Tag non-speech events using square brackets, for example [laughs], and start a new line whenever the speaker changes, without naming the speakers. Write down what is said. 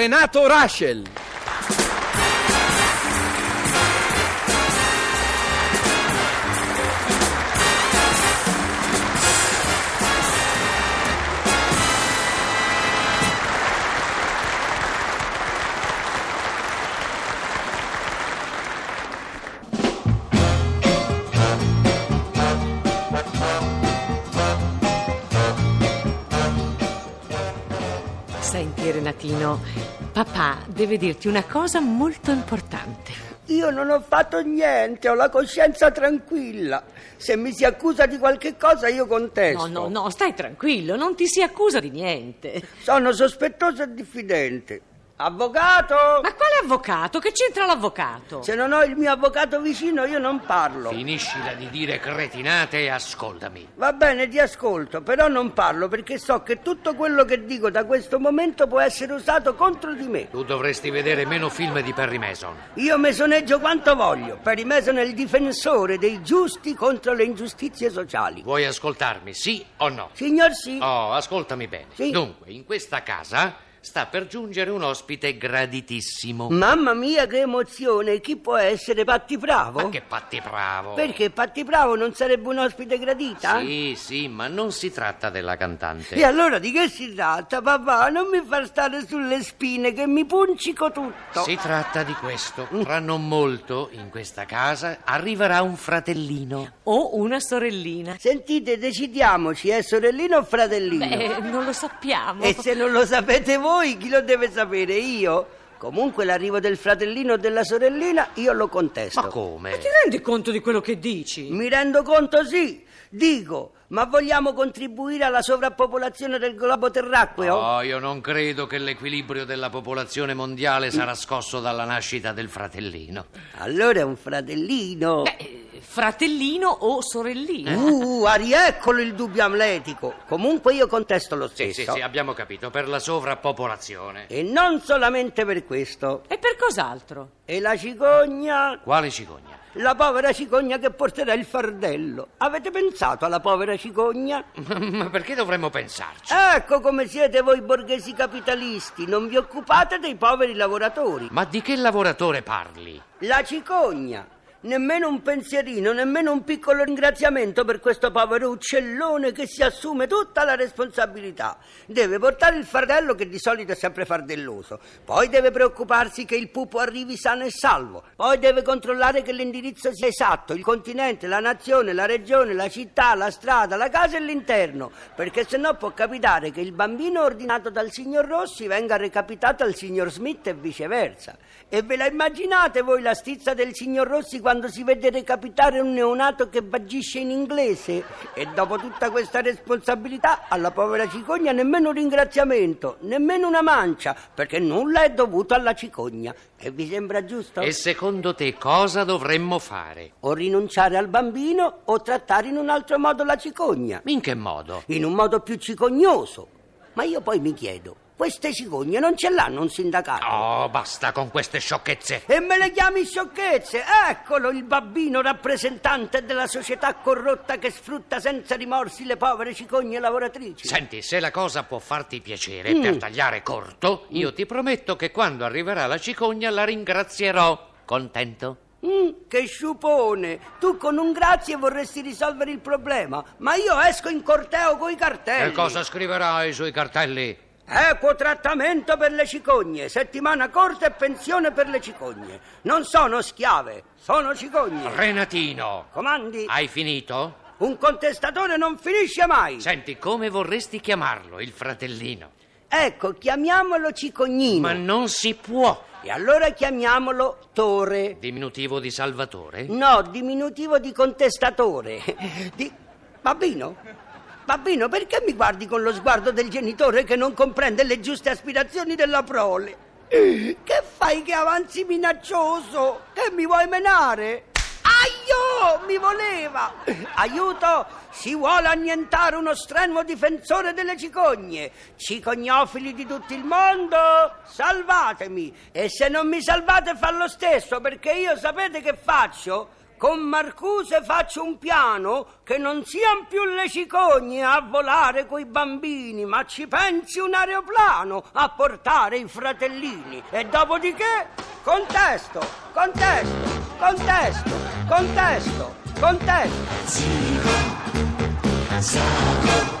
Renato Raschel.
Senti Renatino, papà deve dirti una cosa molto importante.
Io non ho fatto niente, ho la coscienza tranquilla. Se mi si accusa di qualche cosa io
No,
contesto.
no, no, stai tranquillo, non ti si accusa di niente.
Sono sospettoso e diffidente. Avvocato!
Ma quale avvocato? Che c'entra l'avvocato?
Se non ho il mio avvocato vicino io non parlo.
Finiscila di dire cretinate e ascoltami.
Va bene, ti ascolto, però non parlo perché so che tutto quello che dico da questo momento può essere usato contro di me.
Tu dovresti vedere meno film di Perry Mason.
Io mesoneggio quanto voglio, per i me sono il difensore dei giusti contro le ingiustizie sociali.
Vuoi ascoltarmi, sì o no?
Signor sì.
Oh, ascoltami bene.
Sì.
Dunque, in questa casa sta per giungere un ospite graditissimo.
Mamma mia, che emozione! Chi può essere Patti Bravo?
Ma che patti bravo.
Perché Patti Bravo non sarebbe un ospite gradita?
Sì, sì, ma non si tratta della cantante.
E allora di che si tratta, papà? Non mi far stare sulle spine che mi puncico tutto.
Si tratta di questo. Tra non molto, in questa casa, arriverà un fratellino.
O una sorellina?
Sentite, decidiamoci, è sorellino o fratellino?
Beh, non lo sappiamo.
[laughs]
E se non lo sapete voi, chi lo deve sapere? Io? Comunque l'arrivo del fratellino o della sorellina io lo contesto.
Ma come?
Ti rendi conto di quello che dici?
Mi rendo conto, sì. Dico, ma vogliamo contribuire alla sovrappopolazione del globo terracqueo?
No, io non credo che l'equilibrio della popolazione mondiale sarà scosso dalla nascita del fratellino.
Allora è un fratellino.
Eh.
Beh, fratellino o sorellina?
Mm. Uh, Ari, eccolo il dubbio amletico. Comunque io contesto lo
Sì,
stesso.
sì, ah. sì, abbiamo capito, per la sovrappopolazione.
E non solamente per questo.
E per cos'altro?
E la cicogna,
Quale cicogna?
la povera cicogna che porterà il fardello. Avete pensato alla povera cicogna?
[laughs] Ma perché dovremmo pensarci?
Ecco come siete voi borghesi capitalisti, non vi occupate dei poveri lavoratori.
Ma di che lavoratore parli?
La cicogna, nemmeno un pensierino, nemmeno un piccolo ringraziamento per questo povero uccellone che si assume tutta la responsabilità. Deve portare il fardello che di solito è sempre fardelloso, poi deve preoccuparsi che il pupo arrivi sano e salvo, poi deve controllare che l'indirizzo sia esatto, il continente, la nazione, la regione, la città, la strada, la casa e l'interno, perché sennò può capitare che il bambino ordinato dal signor Rossi venga recapitato al signor Smith e viceversa. E ve la immaginate voi la stizza del signor Rossi quando si vede recapitare un neonato che vagisce in inglese? E dopo tutta questa responsabilità alla povera cicogna nemmeno un ringraziamento, nemmeno una mancia, perché nulla è dovuto alla cicogna. E vi sembra giusto?
E secondo te cosa dovremmo fare?
O rinunciare al bambino o trattare in un altro modo la cicogna.
In che modo?
in un modo più cicognoso. Ma io poi mi chiedo, queste cicogne non ce l'hanno un sindacato?
Oh, basta con queste sciocchezze.
E me le chiami sciocchezze? Eccolo il babbino rappresentante della società corrotta che sfrutta senza rimorsi le povere cicogne lavoratrici.
Senti, se la cosa può farti piacere per tagliare corto, io ti prometto che quando arriverà la cicogna la ringrazierò. Contento?
Mm, che sciupone! Tu con un grazie vorresti risolvere il problema, ma io esco in corteo coi cartelli.
Che cosa scriverai sui cartelli?
Equo trattamento per le cicogne, settimana corta e pensione per le cicogne. Non sono schiave, sono cicogne.
Renatino,
Comandi,
hai finito?
un contestatore non finisce mai.
Senti, come vorresti chiamarlo, il fratellino?
Ecco, chiamiamolo Cicognino.
Ma non si può.
E allora chiamiamolo Tore.
Diminutivo di Salvatore?
No, diminutivo di contestatore. [laughs] Di... Babbino? Babbino, perché mi guardi con lo sguardo del genitore che non comprende le giuste aspirazioni della prole? [clears throat] Che fai che avanzi minaccioso? Che mi vuoi menare? Aio! Mi voleva! Aiuto! Si vuole annientare uno strenuo difensore delle cicogne! Cicognofili di tutto il mondo! Salvatemi! E se non mi salvate fa lo stesso, perché io sapete che faccio? Con Marcuse faccio un piano che non siano più le cicogne a volare coi bambini, ma ci pensi un aeroplano a portare i fratellini. E dopodiché contesto, contesto, contesto, contesto, contesto.
Sago.